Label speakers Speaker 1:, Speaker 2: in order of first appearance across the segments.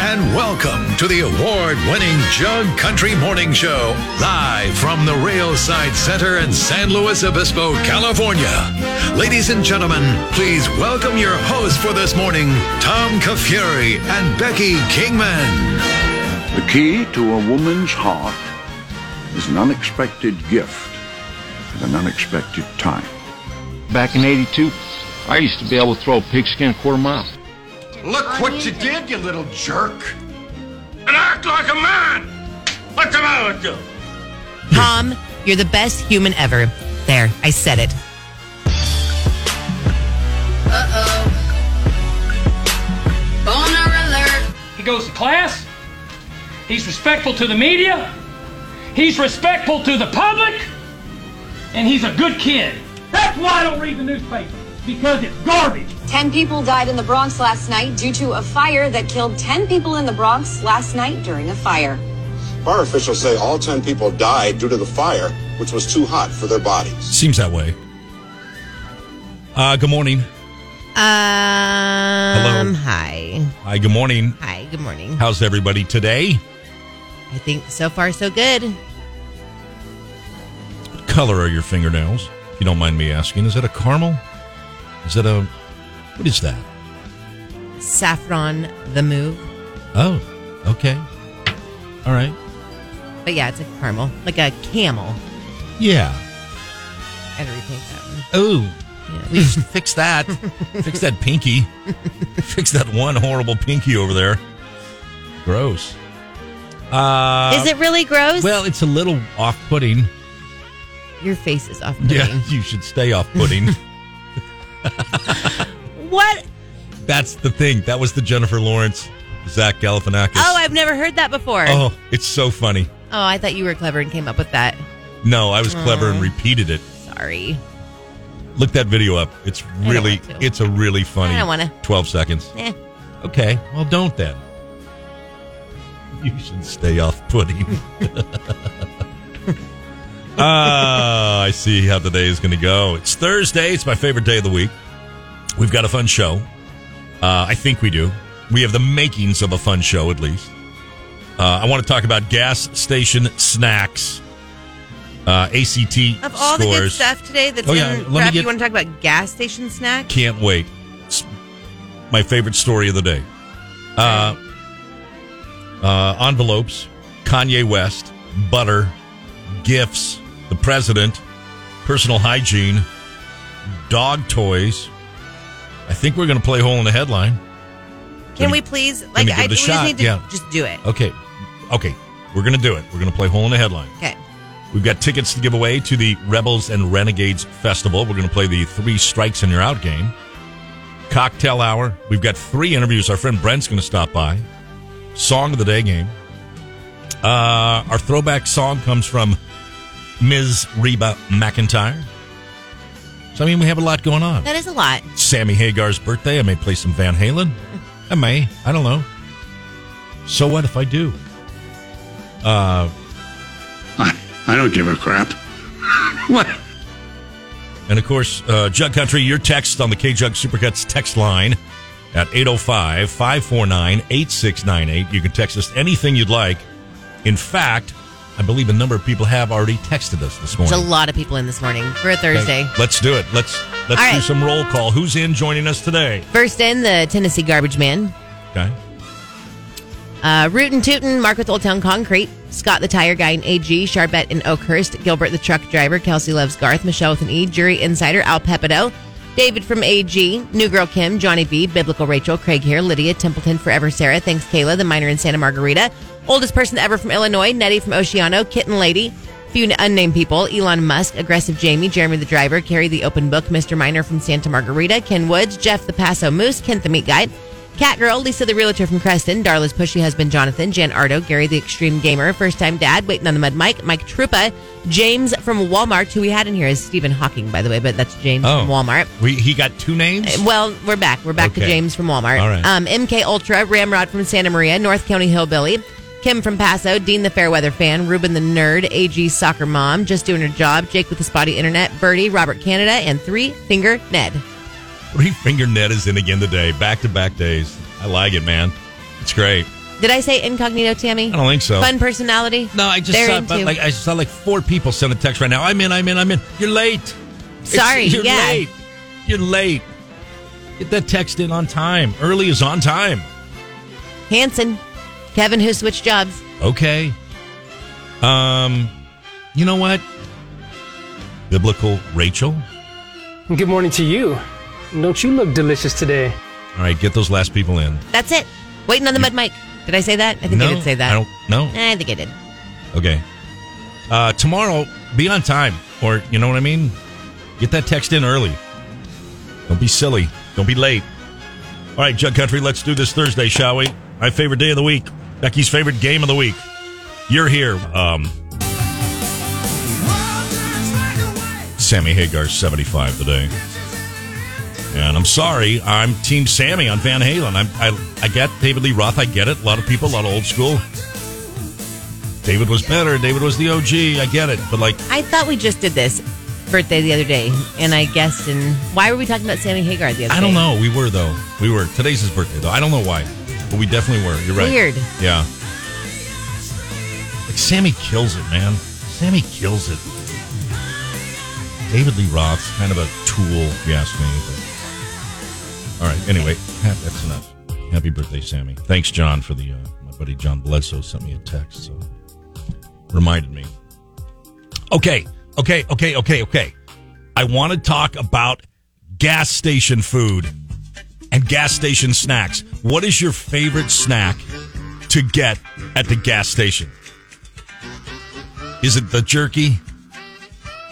Speaker 1: and welcome to the award winning Jug Country Morning Show, live from the Railside Center in San Luis Obispo, California. Ladies and gentlemen, please welcome your hosts for this morning, Tom Kafuri and Becky Kingman.
Speaker 2: The key to a woman's heart is an unexpected gift at an unexpected time.
Speaker 3: Back in 82, I used to be able to throw a pigskin a quarter mile.
Speaker 4: Look what you did, you little jerk! And act like a man! What's the matter with you?
Speaker 5: Tom, you're the best human ever. There, I said it.
Speaker 6: Boner alert.
Speaker 7: He goes to class. He's respectful to the media. He's respectful to the public. And he's a good kid. That's why I don't read the newspaper, because it's garbage.
Speaker 8: Ten people died in the Bronx last night due to a fire that killed ten people in the Bronx last night during a fire.
Speaker 9: Fire officials say all 10 people died due to the fire, which was too hot for their bodies.
Speaker 10: Seems that way. Uh, good morning.
Speaker 5: Um, Hello. Um, hi.
Speaker 10: Hi, good morning.
Speaker 5: Hi, good morning.
Speaker 10: How's everybody today?
Speaker 5: I think so far so good.
Speaker 10: What color are your fingernails? If you don't mind me asking, is that a caramel? Is that a what is that?
Speaker 5: Saffron the move.
Speaker 10: Oh, okay. All right.
Speaker 5: But yeah, it's a caramel. Like a camel.
Speaker 10: Yeah.
Speaker 5: I had to rethink that one.
Speaker 10: Oh, we should fix that. fix that pinky. fix that one horrible pinky over there. Gross. Uh,
Speaker 5: Is it really gross?
Speaker 10: Well, it's a little off-putting.
Speaker 5: Your face is off.
Speaker 10: Yeah, you should stay off-putting.
Speaker 5: What?
Speaker 10: That's the thing. That was the Jennifer Lawrence, Zach Galifianakis.
Speaker 5: Oh, I've never heard that before.
Speaker 10: oh, it's so funny.
Speaker 5: Oh, I thought you were clever and came up with that.
Speaker 10: No, I was clever and repeated it.
Speaker 5: Sorry.
Speaker 10: Look that video up. It's
Speaker 5: don't
Speaker 10: really,
Speaker 5: want to.
Speaker 10: it's a really funny.
Speaker 5: I don't wanna.
Speaker 10: Twelve seconds.
Speaker 5: Eh.
Speaker 10: Okay, well, don't then. You should stay off pudding. Ah, I see how the day is going to go. It's Thursday. It's my favorite day of the week. We've got a fun show. Uh, I think we do. We have the makings of a fun show, at least. Uh, I want to talk about gas station snacks. Uh, ACT
Speaker 5: Of all
Speaker 10: scores.
Speaker 5: the good stuff today that's
Speaker 10: Oh, yeah,
Speaker 5: in
Speaker 10: let me
Speaker 5: wrap,
Speaker 10: get-
Speaker 5: you want to talk about gas station snack?
Speaker 10: Can't wait. It's my favorite story of the day. Uh, uh, envelopes, Kanye West, butter, gifts, the president, personal hygiene, dog toys. I think we're going to play hole in the headline.
Speaker 5: Can
Speaker 10: me-
Speaker 5: we please
Speaker 10: me
Speaker 5: like
Speaker 10: give
Speaker 5: I
Speaker 10: it a
Speaker 5: we
Speaker 10: shot,
Speaker 5: just need to
Speaker 10: yeah.
Speaker 5: just do it.
Speaker 10: Okay. Okay. We're going to do it. We're going to play hole in the headline.
Speaker 5: Okay.
Speaker 10: We've got tickets to give away to the Rebels and Renegades Festival. We're going to play the Three Strikes and You're Out game. Cocktail Hour. We've got three interviews. Our friend Brent's going to stop by. Song of the Day game. Uh, our throwback song comes from Ms. Reba McIntyre. So, I mean, we have a lot going on.
Speaker 5: That is a lot.
Speaker 10: Sammy Hagar's birthday. I may play some Van Halen. I may. I don't know. So what if I do?
Speaker 2: I, I don't give a crap. what?
Speaker 10: And of course, uh, Jug Country, your text on the KJug Supercuts text line at 805 549 8698. You can text us anything you'd like. In fact, I believe a number of people have already texted us this
Speaker 5: There's
Speaker 10: morning.
Speaker 5: a lot of people in this morning for a Thursday.
Speaker 10: Okay, Let's do it. Let's let's
Speaker 5: All
Speaker 10: do
Speaker 5: right.
Speaker 10: some roll call. Who's in joining us today?
Speaker 5: First in, the Tennessee Garbage Man.
Speaker 10: Okay.
Speaker 5: Uh, Rootin' Tootin', Mark with Old Town Concrete, Scott the Tire Guy and AG, Charbet and Oakhurst, Gilbert the Truck Driver, Kelsey Loves Garth, Michelle with an E, Jury Insider, Al Pepito, David from AG, New Girl Kim, Johnny V, Biblical Rachel, Craig here, Lydia, Templeton Forever Sarah, Thanks Kayla, the Miner in Santa Margarita, Oldest Person Ever from Illinois, Nettie from Oceano, Kitten Lady, Few unnamed people, Elon Musk, Aggressive Jamie, Jeremy the Driver, Carrie the Open Book, Mr. Miner from Santa Margarita, Ken Woods, Jeff the Paso Moose, Kent the Meat Guy, Catgirl, Lisa the Realtor from Creston, Darla's pushy husband Jonathan, Jan Ardo, Gary the Extreme Gamer, first time dad, waiting on the mud Mike, Mike Trupa, James from Walmart, who we had in here is Stephen Hawking, by the way, but that's James from Walmart.
Speaker 10: Oh.
Speaker 5: Uh,
Speaker 10: We, he got two names?
Speaker 5: Well, we're back. We're back to
Speaker 10: Okay.
Speaker 5: James from Walmart.
Speaker 10: All right.
Speaker 5: Um, MK Ultra, Ramrod from Santa Maria, North County Hillbilly, Kim from Paso, Dean the Fairweather fan, Ruben the Nerd, AG Soccer Mom, just doing her job, Jake with the spotty internet, Birdie, Robert Canada, and Three Finger Ned.
Speaker 10: Three Finger Ned is in again today. Back to back days. I like it, man. It's great.
Speaker 5: Did I say incognito, Tammy?
Speaker 10: I don't think so.
Speaker 5: Fun personality.
Speaker 10: No, I just
Speaker 5: They're
Speaker 10: saw
Speaker 5: into.
Speaker 10: about, like I saw like four people send a text right now. I'm in. I'm in. I'm in. You're late. It's-
Speaker 5: Sorry,
Speaker 10: you're
Speaker 5: yeah.
Speaker 10: late. You're late. Get that text in on time. Early is on time.
Speaker 5: Hanson, Kevin, who switched jobs.
Speaker 10: Okay. Um, you know what? Biblical Rachel.
Speaker 11: Good morning to you. Don't you look delicious today?
Speaker 10: All right, get those last people in.
Speaker 5: That's it. Waiting on the mud mic. Did I say that? I think
Speaker 10: no,
Speaker 5: I did say that.
Speaker 10: I don't. No.
Speaker 5: I think I did.
Speaker 10: Okay. Uh, tomorrow, be on time, or you know what I mean. Get that text in early. Don't be silly. Don't be late. All right, Jug Country, let's do this Thursday, shall we? My favorite day of the week. Becky's favorite game of the week. You're here. Um, Sammy Hagar's 75 today. And I'm sorry, I'm Team Sammy on Van Halen. I'm, I, I get David Lee Roth. I get it. A lot of people, a lot of old school. David was better. David was the OG. I get it. But like,
Speaker 5: I thought we just did this birthday the other day, and I guessed. And why were we talking about Sammy Hagar the other
Speaker 10: I
Speaker 5: day?
Speaker 10: don't know. We were though. We were. Today's his birthday though. I don't know why, but we definitely were. You're right.
Speaker 5: Weird.
Speaker 10: Yeah. Like Sammy kills it, man. Sammy kills it. David Lee Roth's kind of a tool, if you ask me. but- All right. Anyway, ha- that's enough. Happy birthday, Sammy. Thanks, John, for the uh, my buddy John Bledsoe sent me a text, so reminded me. Okay. Okay. Okay. Okay. Okay. I want to talk about gas station food and gas station snacks. What is your favorite snack to get at the gas station? Is it the jerky?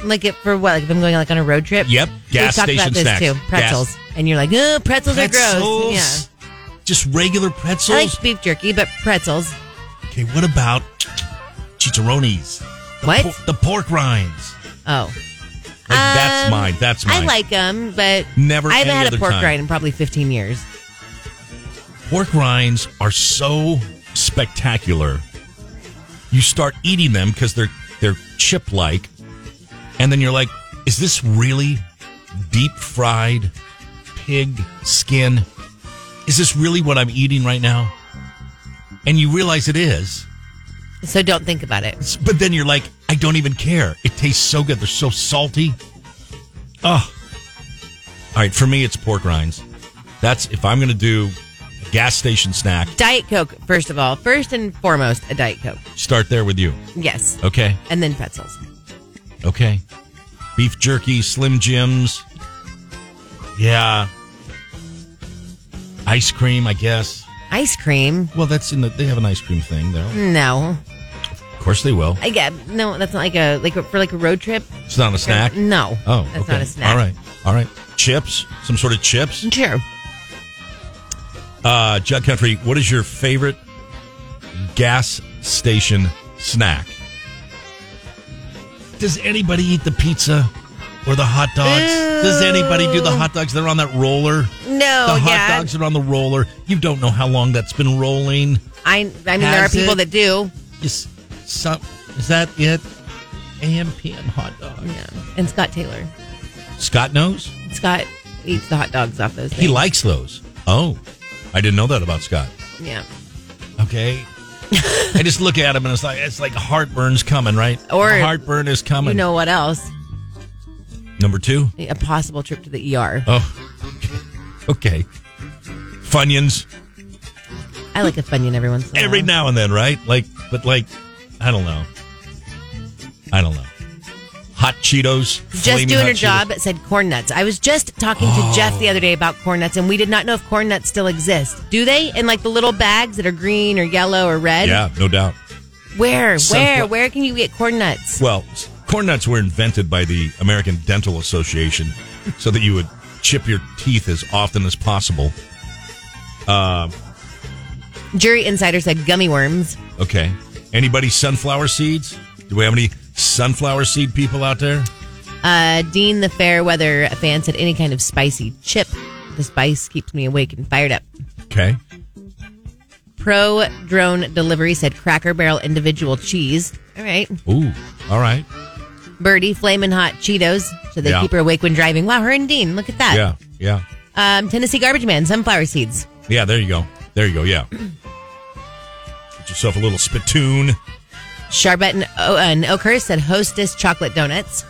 Speaker 5: Like it for what? Like if I'm going like on a road trip.
Speaker 10: Yep. Gas
Speaker 5: we talked
Speaker 10: station
Speaker 5: about this
Speaker 10: snacks.
Speaker 5: too. Pretzels, and you're like, oh, pretzels, are gross.
Speaker 10: Pretzels? Just regular pretzels?
Speaker 5: Yeah. I like beef jerky, but pretzels.
Speaker 10: Okay, what about chicharrones? The
Speaker 5: What?
Speaker 10: por- the pork rinds.
Speaker 5: Oh,
Speaker 10: Like, that's
Speaker 5: Um,
Speaker 10: mine. That's mine.
Speaker 5: I like them, but
Speaker 10: Never
Speaker 5: I haven't
Speaker 10: any
Speaker 5: had
Speaker 10: other
Speaker 5: a pork
Speaker 10: time.
Speaker 5: rind in probably 15 years.
Speaker 10: pork rinds are so spectacular. You start eating them because they're they're chip like, and then you're like, "Is this really deep fried pig skin? Is this really what I'm eating right now?" And you realize it is,
Speaker 5: So don't think about it.
Speaker 10: It's- but then you're like, "I don't even care. It tastes so good. They're so salty." Oh, all right. For me, it's pork rinds. That's if I'm going to do a gas station snack.
Speaker 5: Diet Coke, first of all, first and foremost, a Diet Coke.
Speaker 10: Start there with you.
Speaker 5: Yes,
Speaker 10: Okay.
Speaker 5: and then pretzels.
Speaker 10: Okay. Beef jerky, Slim Jims. Yeah. Ice cream, I guess.
Speaker 5: Ice cream.
Speaker 10: Well, that's in the. They have an ice cream thing there.
Speaker 5: No,
Speaker 10: Of course they will.
Speaker 5: I get no. That's not like a like for like a road trip.
Speaker 10: It's not a snack.
Speaker 5: No.
Speaker 10: Oh,
Speaker 5: that's
Speaker 10: okay.
Speaker 5: not a snack.
Speaker 10: All right. All right. Chips. Some sort of chips.
Speaker 5: Sure.
Speaker 10: Uh, Jug Country. What is your favorite gas station snack? Does anybody eat the pizza or the hot dogs? Does anybody do the hot dogs? They're on that roller.
Speaker 5: No,
Speaker 10: the hot
Speaker 5: Oh, yeah.
Speaker 10: dogs are on the roller. You don't know how long that's been rolling.
Speaker 5: I I mean there are
Speaker 10: Has
Speaker 5: people
Speaker 10: it?
Speaker 5: that do.
Speaker 10: Just some. Is that it? AM PM hot dog.
Speaker 5: Yeah. And Scott Taylor.
Speaker 10: Scott knows.
Speaker 5: Scott eats the hot dogs off those.
Speaker 10: He
Speaker 5: things.
Speaker 10: likes those. Oh, I didn't know that about Scott.
Speaker 5: Yeah.
Speaker 10: Okay. I just look at him and it's like it's like heartburn's coming, right?
Speaker 5: Or-
Speaker 10: heartburn is coming.
Speaker 5: You know what else?
Speaker 10: Number two.
Speaker 5: A possible trip to the ER.
Speaker 10: Oh. Okay. Funyuns
Speaker 5: Uh-huh. I like a Funyun every once in a
Speaker 10: every
Speaker 5: while.
Speaker 10: now and then, right? Like, but like, I don't know. I don't know. Hot Cheetos.
Speaker 5: Just
Speaker 10: Flaming
Speaker 5: doing
Speaker 10: Hot
Speaker 5: her
Speaker 10: Cheetos. Oh.
Speaker 5: job it said corn nuts. I was just talking to Jeff the other day about corn nuts, and we did not know if corn nuts still exist. Do they? In like the little bags that are green or yellow or red?
Speaker 10: Yeah, no doubt.
Speaker 5: Where?
Speaker 10: Sunfla-
Speaker 5: Where? Where can you get corn nuts?
Speaker 10: Well, s- corn nuts were invented by the American Dental Association so that you would chip your teeth as often as possible. Um,
Speaker 5: Jury insider said gummy worms.
Speaker 10: okay. Anybody sunflower seeds? Do we have any sunflower seed people out there?
Speaker 5: Uh, Dean the Fairweather fan said any kind of spicy chip. The spice keeps me awake and fired up.
Speaker 10: Okay.
Speaker 5: Pro Drone Delivery said Cracker Barrel individual cheese. All right.
Speaker 10: Ooh. All right.
Speaker 5: Birdie Flamin' Hot Cheetos, so they
Speaker 10: Yeah.
Speaker 5: keep her awake when driving. Wow, her and Dean, look at that.
Speaker 10: Yeah. Yeah.
Speaker 5: Um, Tennessee Garbage Man, sunflower seeds.
Speaker 10: Yeah. There you go. There you go. Yeah. Get yourself a little spittoon.
Speaker 5: Charbet and, o- uh, and Oakhurst said Hostess chocolate donuts.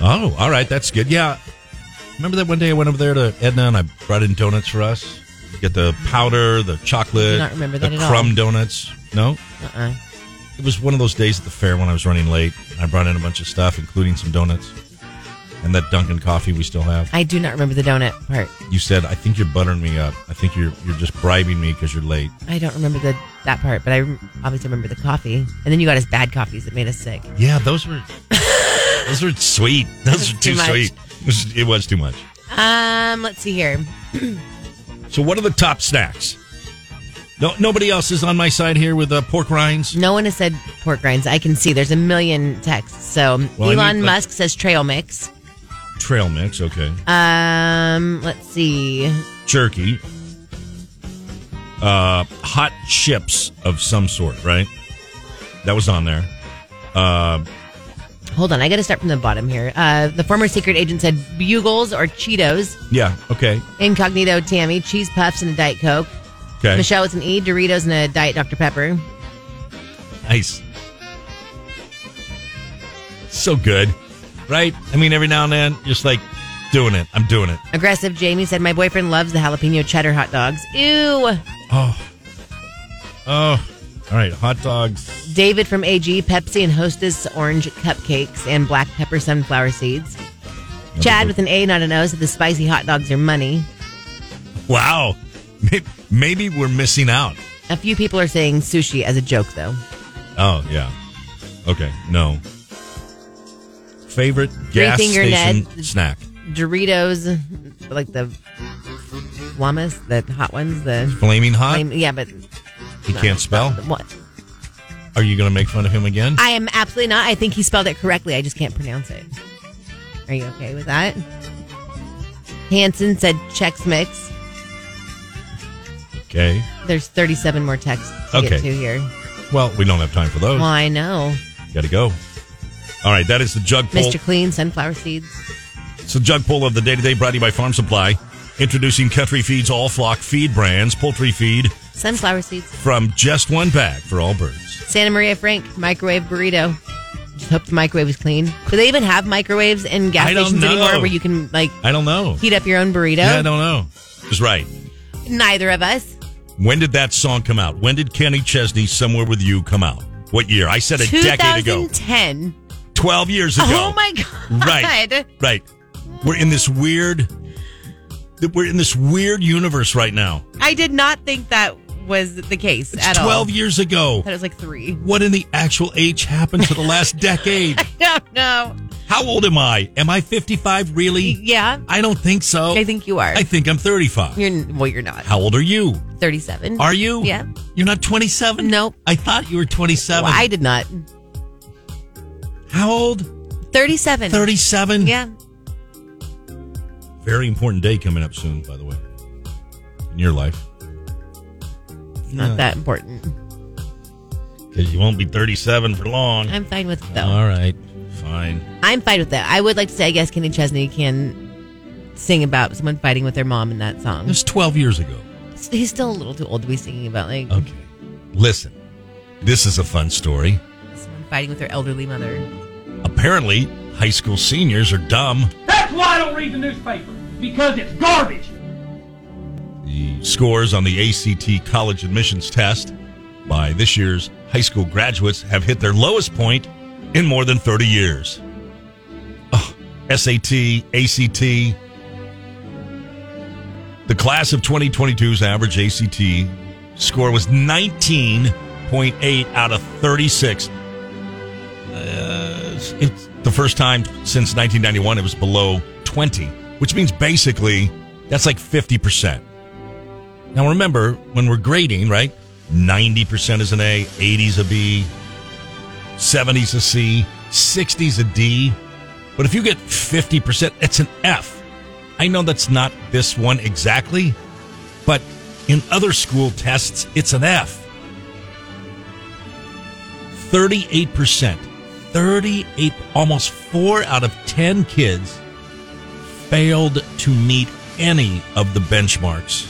Speaker 10: Oh, all right, that's good. Yeah. Remember that one day I went over there to Edna and I brought in donuts for us? Get the powder, the chocolate,
Speaker 5: Do not remember that
Speaker 10: the
Speaker 5: at all.
Speaker 10: crumb donuts. No?
Speaker 5: Uh-uh.
Speaker 10: It was one of those days at the fair when I was running late. I brought in a bunch of stuff, including some donuts and that Dunkin' coffee we still have.
Speaker 5: I do not remember the donut part.
Speaker 10: You said, I think you're buttering me up. I think you're you're just bribing me because you're late.
Speaker 5: I don't remember the that part, but I rem- obviously remember the coffee. And then you got us bad coffees that made us sick.
Speaker 10: Yeah, those were those were sweet. Those were
Speaker 5: too
Speaker 10: too,
Speaker 5: much.
Speaker 10: sweet. It was- It was too much.
Speaker 5: Um, let's see here.
Speaker 10: So, what are the top snacks? No, nobody else is on my side here with uh, pork rinds.
Speaker 5: No one has said pork rinds. I can see there's a million texts. So
Speaker 10: Well, I
Speaker 5: Elon
Speaker 10: need, like-
Speaker 5: Musk says trail mix.
Speaker 10: Trail mix, okay.
Speaker 5: Um, let's see.
Speaker 10: Jerky. Uh, hot chips of some sort, right? That was on there. Uh,
Speaker 5: Hold on, I got to start from the bottom here. Uh, the former secret agent said bugles or Cheetos.
Speaker 10: yeah, okay,
Speaker 5: Incognito Tammy, cheese puffs and a Diet Coke.
Speaker 10: okay.
Speaker 5: Michelle with an E, Doritos and a Diet Dr. Pepper.
Speaker 10: Nice. So good, right? I mean, every now and then, just like doing it. I'm doing it.
Speaker 5: Aggressive Jamie said, My boyfriend loves the jalapeno cheddar hot dogs. Ew.
Speaker 10: Oh, oh. All right, hot dogs.
Speaker 5: David from AG, Pepsi and Hostess orange cupcakes and black pepper sunflower seeds. Chad with an A, not an O, said the spicy hot dogs are money.
Speaker 10: Wow. Maybe, maybe we're missing out.
Speaker 5: A few people are saying sushi as a joke, though.
Speaker 10: Oh yeah. Okay. No. Favorite gas
Speaker 5: Three-finger
Speaker 10: station
Speaker 5: Ned.
Speaker 10: snack.
Speaker 5: Doritos, like the llamas, the hot ones, the
Speaker 10: Flaming hot.
Speaker 5: flame. Yeah, but
Speaker 10: He can't spell.
Speaker 5: what?
Speaker 10: Are you going to make fun of him again?
Speaker 5: I am absolutely not. I think he spelled it correctly. I just can't pronounce it. Are you okay with that? Hanson said Chex Mix.
Speaker 10: okay.
Speaker 5: There's 37 more texts to get
Speaker 10: Okay. Oh.
Speaker 5: to here.
Speaker 10: Well, we don't have time for those.
Speaker 5: Well, I know.
Speaker 10: Got to go. All right, that is the jug poll.
Speaker 5: Mr. Clean, sunflower seeds.
Speaker 10: It's the jug poll of the day today, brought to you by Farm Supply, introducing Country Feeds all flock feed brands, poultry feed
Speaker 5: Sunflower seeds.
Speaker 10: from just one bag for all birds.
Speaker 5: Santa Maria Frank, microwave burrito. Just hope the microwave is clean. Do they even have microwaves in gas
Speaker 10: I don't
Speaker 5: stations anymore
Speaker 10: know.
Speaker 5: where you can, like,
Speaker 10: I don't know.
Speaker 5: heat up your own burrito?
Speaker 10: Yeah, I don't know. Is right.
Speaker 5: Neither of us.
Speaker 10: When did that song come out? When did Kenny Chesney "Somewhere with You" come out? What year? I said a decade ago.
Speaker 5: 2010.
Speaker 10: Twelve years ago.
Speaker 5: Oh my God.
Speaker 10: Right. Right. We're in this weird. We're in this weird universe right now.
Speaker 5: I did not think that was the case
Speaker 10: It's
Speaker 5: at all.
Speaker 10: twelve years ago.
Speaker 5: That was like three.
Speaker 10: What in the actual H happened to the last decade?
Speaker 5: No, no.
Speaker 10: How old am I? Am I fifty-five? Really?
Speaker 5: Yeah,
Speaker 10: I don't think so.
Speaker 5: I think you are.
Speaker 10: I think I'm thirty-five.
Speaker 5: you're well. You're not.
Speaker 10: How old are you?
Speaker 5: Thirty-seven.
Speaker 10: Are you?
Speaker 5: Yeah.
Speaker 10: You're not twenty-seven.
Speaker 5: Nope.
Speaker 10: I thought you were twenty-seven.
Speaker 5: Well, I did not.
Speaker 10: How old?
Speaker 5: Thirty-seven.
Speaker 10: 37.
Speaker 5: Yeah.
Speaker 10: Very important day coming up soon, by the way. In your life.
Speaker 5: Not that important.
Speaker 10: Because you won't be 37 for long.
Speaker 5: I'm fine with it though.
Speaker 10: All right. Fine.
Speaker 5: I'm fine with that. I would like to say, I guess Kenny Chesney can sing about someone fighting with their mom in that
Speaker 10: It
Speaker 5: song.
Speaker 10: was 12 years ago.
Speaker 5: He's still a little too old to be singing about like
Speaker 10: Okay. Listen, this is a fun story.
Speaker 5: someone fighting with their elderly mother.
Speaker 10: Apparently, high school seniors are dumb.
Speaker 7: That's why I don't read the newspaper because it's garbage.
Speaker 10: The scores on the ACT college admissions test by this year's high school graduates have hit their lowest point in more than 30 years. Oh, Ugh, SAT, ACT. The class of 2022's average ACT score was 19.8 out of 36. Uh, it's the first time since 1991 it was below 20, which means basically that's like 50%. Now remember, when we're grading, right? 90% is an A, 80s a B, 70s a C, 60s a D. But if you get 50%, it's an F. I know that's not this one exactly, but in other school tests, it's an F. 38%, 38, almost four out of 10 kids failed to meet any of the benchmarks.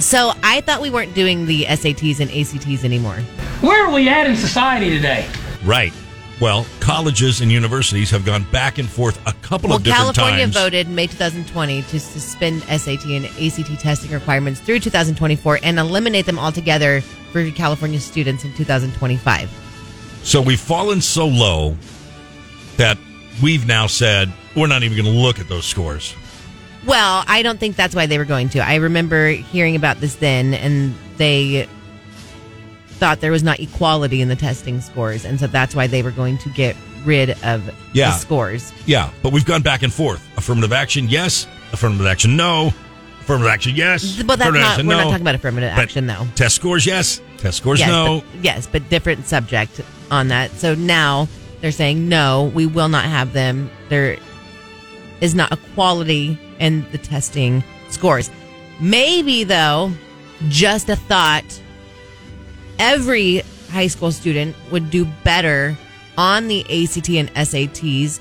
Speaker 5: So I thought we weren't doing the SATs and ACTs anymore.
Speaker 7: Where are we at in society today?
Speaker 10: Right. Well, colleges and universities have gone back and forth a couple
Speaker 5: Well,
Speaker 10: of different
Speaker 5: California
Speaker 10: times.
Speaker 5: voted in May 2020 to suspend SAT and ACT testing requirements through 2024 and eliminate them altogether for California students in 2025.
Speaker 10: So we've fallen so low that we've now said we're not even going to look at those scores.
Speaker 5: Well, I don't think that's why they were going to. I remember hearing about this then, and they thought there was not equality in the testing scores, and so that's why they were going to get rid of
Speaker 10: Yeah.
Speaker 5: the scores.
Speaker 10: Yeah, but we've gone back and forth. Affirmative action, yes. Affirmative action, no. Affirmative action, yes.
Speaker 5: But that's
Speaker 10: Affirmative
Speaker 5: not.
Speaker 10: action,
Speaker 5: We're
Speaker 10: no.
Speaker 5: not talking about affirmative
Speaker 10: But
Speaker 5: action, though.
Speaker 10: Test scores, yes. Test scores,
Speaker 5: yes,
Speaker 10: no.
Speaker 5: But, yes, but different subject on that. So now they're saying no, we will not have them. There is not equality in the testing scores. Maybe though, just a thought. Every high school student would do better on the ACT and SATs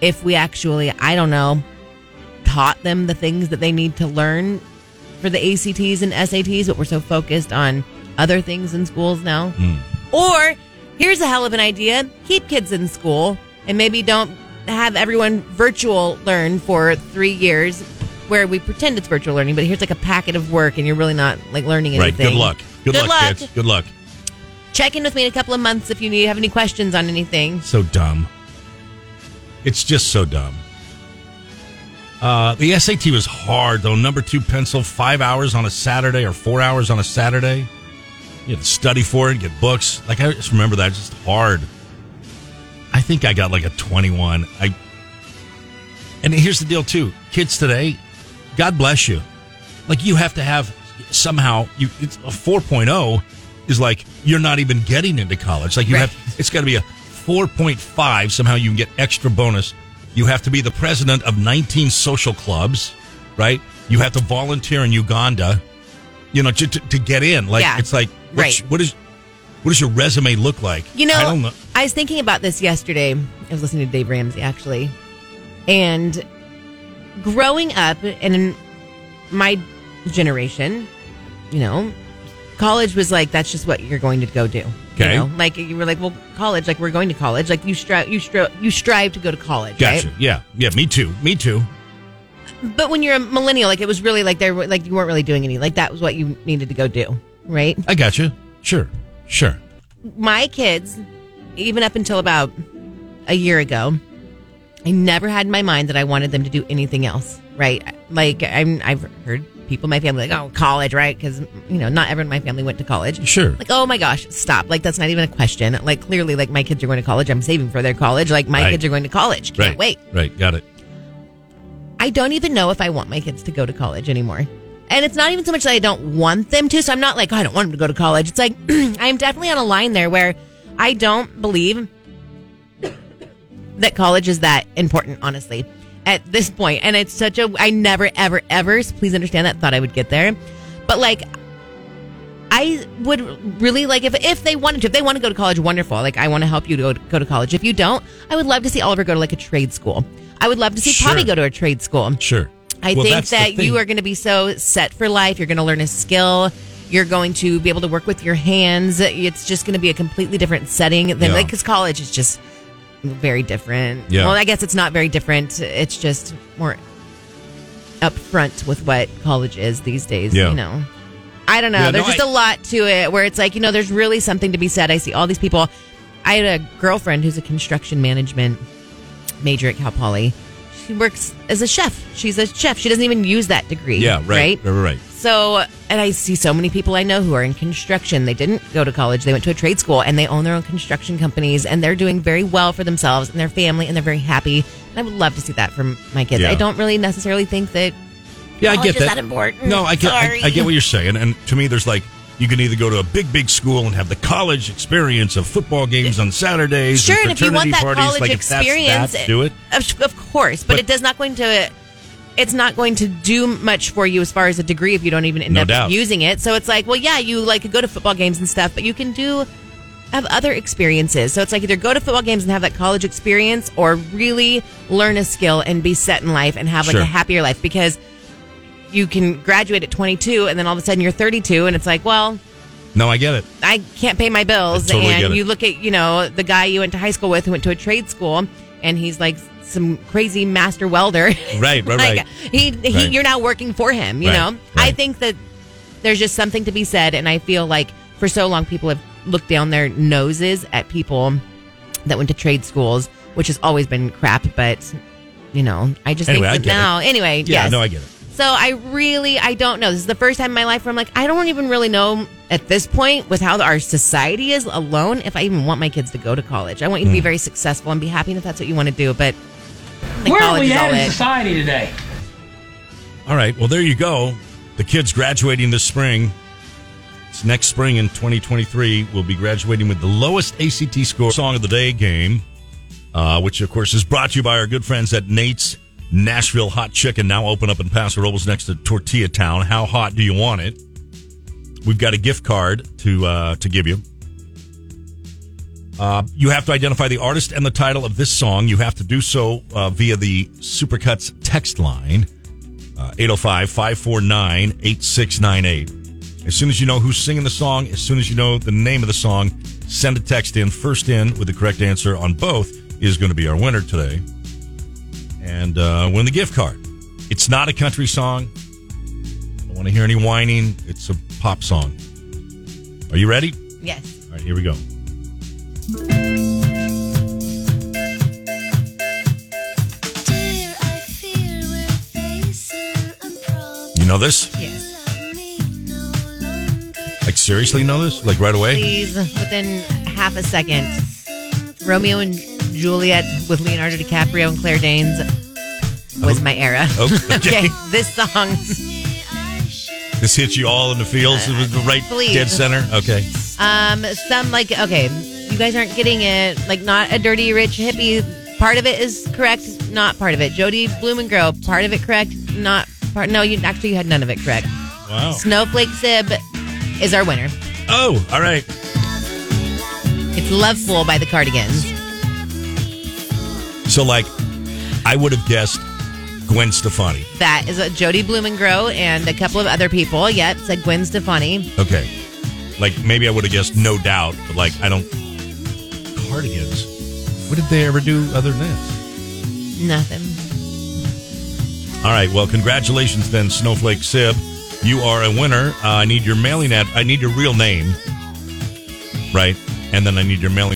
Speaker 5: if we actually, I don't know, taught them the things that they need to learn for the ACTs and SATs, but we're so focused on other things in schools now.
Speaker 10: Hmm.
Speaker 5: Or here's a hell of an idea keep kids in school and maybe don't have everyone virtual learn for three years where we pretend it's virtual learning, but here's like a packet of work and you're really not like learning
Speaker 10: Right,
Speaker 5: anything.
Speaker 10: good luck. Good,
Speaker 5: Good luck.
Speaker 10: kids. Good luck.
Speaker 5: Check in with me in a couple of months if you need have any questions on anything.
Speaker 10: So dumb. It's just so dumb. Uh, the SAT was hard though. Number two pencil, five hours on a Saturday or four hours on a Saturday. You had to study for it, get books. Like I just remember that it's just hard. I think I got like a twenty-one. I and here's the deal too, kids today. God bless you. Like you have to have somehow you it's a 4.0 is like you're not even getting into college. Like you have it's got to be a 4.5 somehow you can get extra bonus. You have to be the president of 19 social clubs, right? You have to volunteer in Uganda, you know, to, to, to get in. Like
Speaker 5: Yeah.
Speaker 10: it's like what's-
Speaker 5: Right.
Speaker 10: what is what does your resume look like?
Speaker 5: You know,
Speaker 10: I don't know.
Speaker 5: I was thinking about this yesterday. I was listening to Dave Ramsey actually, and growing up and in my generation, you know, college was like that's just what you're going to go do. You
Speaker 10: Okay.
Speaker 5: know? like you were like, well, college, like we're going to college, like you strive, you strive, you strive to go to college,
Speaker 10: Gotcha.
Speaker 5: right?
Speaker 10: Yeah. Yeah, me too. Me too.
Speaker 5: But when you're a millennial, like it was really like there, were- like you weren't really doing any, like that was what you needed to go do, right?
Speaker 10: I gotcha. Sure. Sure.
Speaker 5: my kids, even up until about a year ago, I never had in my mind that I wanted them to do anything else. Right? Like I'm, I've heard people in my family like, "Oh, college, right?" Because you know, not everyone in my family went to college.
Speaker 10: Sure.
Speaker 5: Like, oh my gosh, stop! Like that's not even a question. Like clearly, like my kids are going to college. I'm saving for their college. Like my
Speaker 10: Right.
Speaker 5: kids are going to college. Can't
Speaker 10: right.
Speaker 5: wait.
Speaker 10: Right. Got it.
Speaker 5: I don't even know if I want my kids to go to college anymore. And it's not even so much that I don't want them to. So I'm not like, "Oh, I don't want them to go to college. It's like, I'm definitely on a line there where I don't believe that college is that important, honestly, at this point. And it's such a, I never, ever, ever, please understand that, thought I would get there. But like, I would really like if if they wanted to, if they want to go to college, wonderful. Like I want to help you to go, to go to college. If you don't, I would love to see Oliver go to like a trade school. I would love to see
Speaker 10: Sure.
Speaker 5: Tommy go to a trade school.
Speaker 10: Sure.
Speaker 5: I
Speaker 10: Well,
Speaker 5: think
Speaker 10: that's the
Speaker 5: that you
Speaker 10: thing.
Speaker 5: are going to be so set for life. You're going to learn a skill. You're going to be able to work with your hands. It's just going to be a completely different setting than
Speaker 10: Yeah.
Speaker 5: like because college is just very different.
Speaker 10: Yeah.
Speaker 5: Well, I guess it's not very different. It's just more upfront with what college is these days.
Speaker 10: Yeah.
Speaker 5: You know, I don't know.
Speaker 10: Yeah,
Speaker 5: there's
Speaker 10: no,
Speaker 5: just
Speaker 10: I-
Speaker 5: a lot to it where it's like you know, there's really something to be said. I see all these people. I had a girlfriend who's a construction management major at Cal Poly. She works as a chef. She's a chef. She doesn't even use that degree.
Speaker 10: Yeah. Right. Right. Right. right.
Speaker 5: So, and I see so many people I know who are in construction. They didn't go to college, they went to a trade school and they own their own construction companies and they're doing very well for themselves and their family and they're very happy. And I would love to see that from my kids.
Speaker 10: Yeah.
Speaker 5: I don't really necessarily think Oh, that
Speaker 10: Yeah, I
Speaker 12: College
Speaker 10: get
Speaker 12: is
Speaker 10: that.
Speaker 12: not important.
Speaker 10: No, I get, I,
Speaker 12: Sorry.
Speaker 10: I get what you're saying. And to me, there's like you can either go to a big, big school and have the college experience of football games on Saturdays,
Speaker 5: Sure, and if you want
Speaker 10: fraternity
Speaker 5: that
Speaker 10: parties,
Speaker 5: college
Speaker 10: like, if that's
Speaker 5: experience,
Speaker 10: that, do it.
Speaker 5: Of, of course, but,
Speaker 10: But-
Speaker 5: it does not going to. It's not going to do much for you as far as a degree if you don't even end
Speaker 10: No
Speaker 5: up
Speaker 10: doubt.
Speaker 5: using it. So it's like, well, yeah, you like could go to football games and stuff, but you can do have other experiences. So it's like either go to football games and have that college experience, or really learn a skill and be set in life and have like
Speaker 10: Sure.
Speaker 5: a happier life because you can graduate at 22 and then all of a sudden you're 32 and it's like, well,
Speaker 10: No, I get it.
Speaker 5: I can't pay my bills.
Speaker 10: I totally get
Speaker 5: and
Speaker 10: it.
Speaker 5: you look at, you know, the guy you went to high school with who went to a trade school and he's like some crazy master welder.
Speaker 10: Right, right,
Speaker 5: like,
Speaker 10: right.
Speaker 5: He, he
Speaker 10: Right.
Speaker 5: you're now working for him, you
Speaker 10: Right,
Speaker 5: know? I think that there's just something to be said and I feel like for so long people have looked down their noses at people that went to trade schools, which has always been crap, but you know, I just
Speaker 10: Anyway, I
Speaker 5: think that
Speaker 10: get it.
Speaker 5: now anyway,
Speaker 10: Yeah,
Speaker 5: yes.
Speaker 10: no, I get it.
Speaker 5: So I really, I don't know. This is the first time in my life where I'm like, I don't even really know at this point with how our society is alone if I even want my kids to go to college. I want you to be
Speaker 7: Mm.
Speaker 5: very successful and be happy if that's what you want to do. But the
Speaker 7: Where are
Speaker 5: college
Speaker 7: we
Speaker 5: is all
Speaker 7: at in
Speaker 5: it.
Speaker 7: society today?
Speaker 10: All right. Well, there you go. The kids graduating this spring. It's next spring in 2023. We'll be graduating with the lowest ACT score. Song of the day game, uh, which of course is brought to you by our good friends at Nate's Nashville Hot Chicken. Now open up in Paso Robles next to Tortilla Town. How hot do you want it? We've got a gift card to uh, to give you. Uh, you have to identify the artist and the title of this song. You have to do so uh, via the Supercuts text line, Uh, 805 549 8698. As soon as you know who's singing the song, as soon as you know the name of the song, send a text in. First in with the correct answer on both is going to be our winner today and uh, win the gift card. It's not a country song. I don't want to hear any whining. It's a pop song. Are you ready?
Speaker 5: Yes.
Speaker 10: All right, here we go. You know this?
Speaker 5: Yes.
Speaker 10: Like seriously, know this? Like right away?
Speaker 5: Please, within half a second, Romeo and Juliet with Leonardo DiCaprio and Claire Danes was
Speaker 10: Oh.
Speaker 5: my era.
Speaker 10: Okay.
Speaker 5: this song.
Speaker 10: This hits you all in the feels, it was the right
Speaker 5: Please.
Speaker 10: dead center. Okay.
Speaker 5: Um, some like okay, you guys aren't getting it. Like not a dirty rich hippie. Part of it is correct, not part of it. Jody Blumengrove, part of it correct, not part. No, you actually you had none of it correct.
Speaker 10: Wow.
Speaker 5: Snowflake Sib is our winner.
Speaker 10: Oh, all right.
Speaker 5: It's Love Fool by the Cardigans.
Speaker 10: So like, I would have guessed Gwen Stefani.
Speaker 5: That is a Jody Blumengrove and a couple of other people. Yep, said Gwen Stefani.
Speaker 10: Okay. Like maybe I would have guessed no doubt, but like I don't cardigans. What did they ever do other than this?
Speaker 5: Nothing.
Speaker 10: All right, well, congratulations then, Snowflake Sib. You are a winner. Uh, I need your mailing ad. I need your real name, right? And then I need your mailing.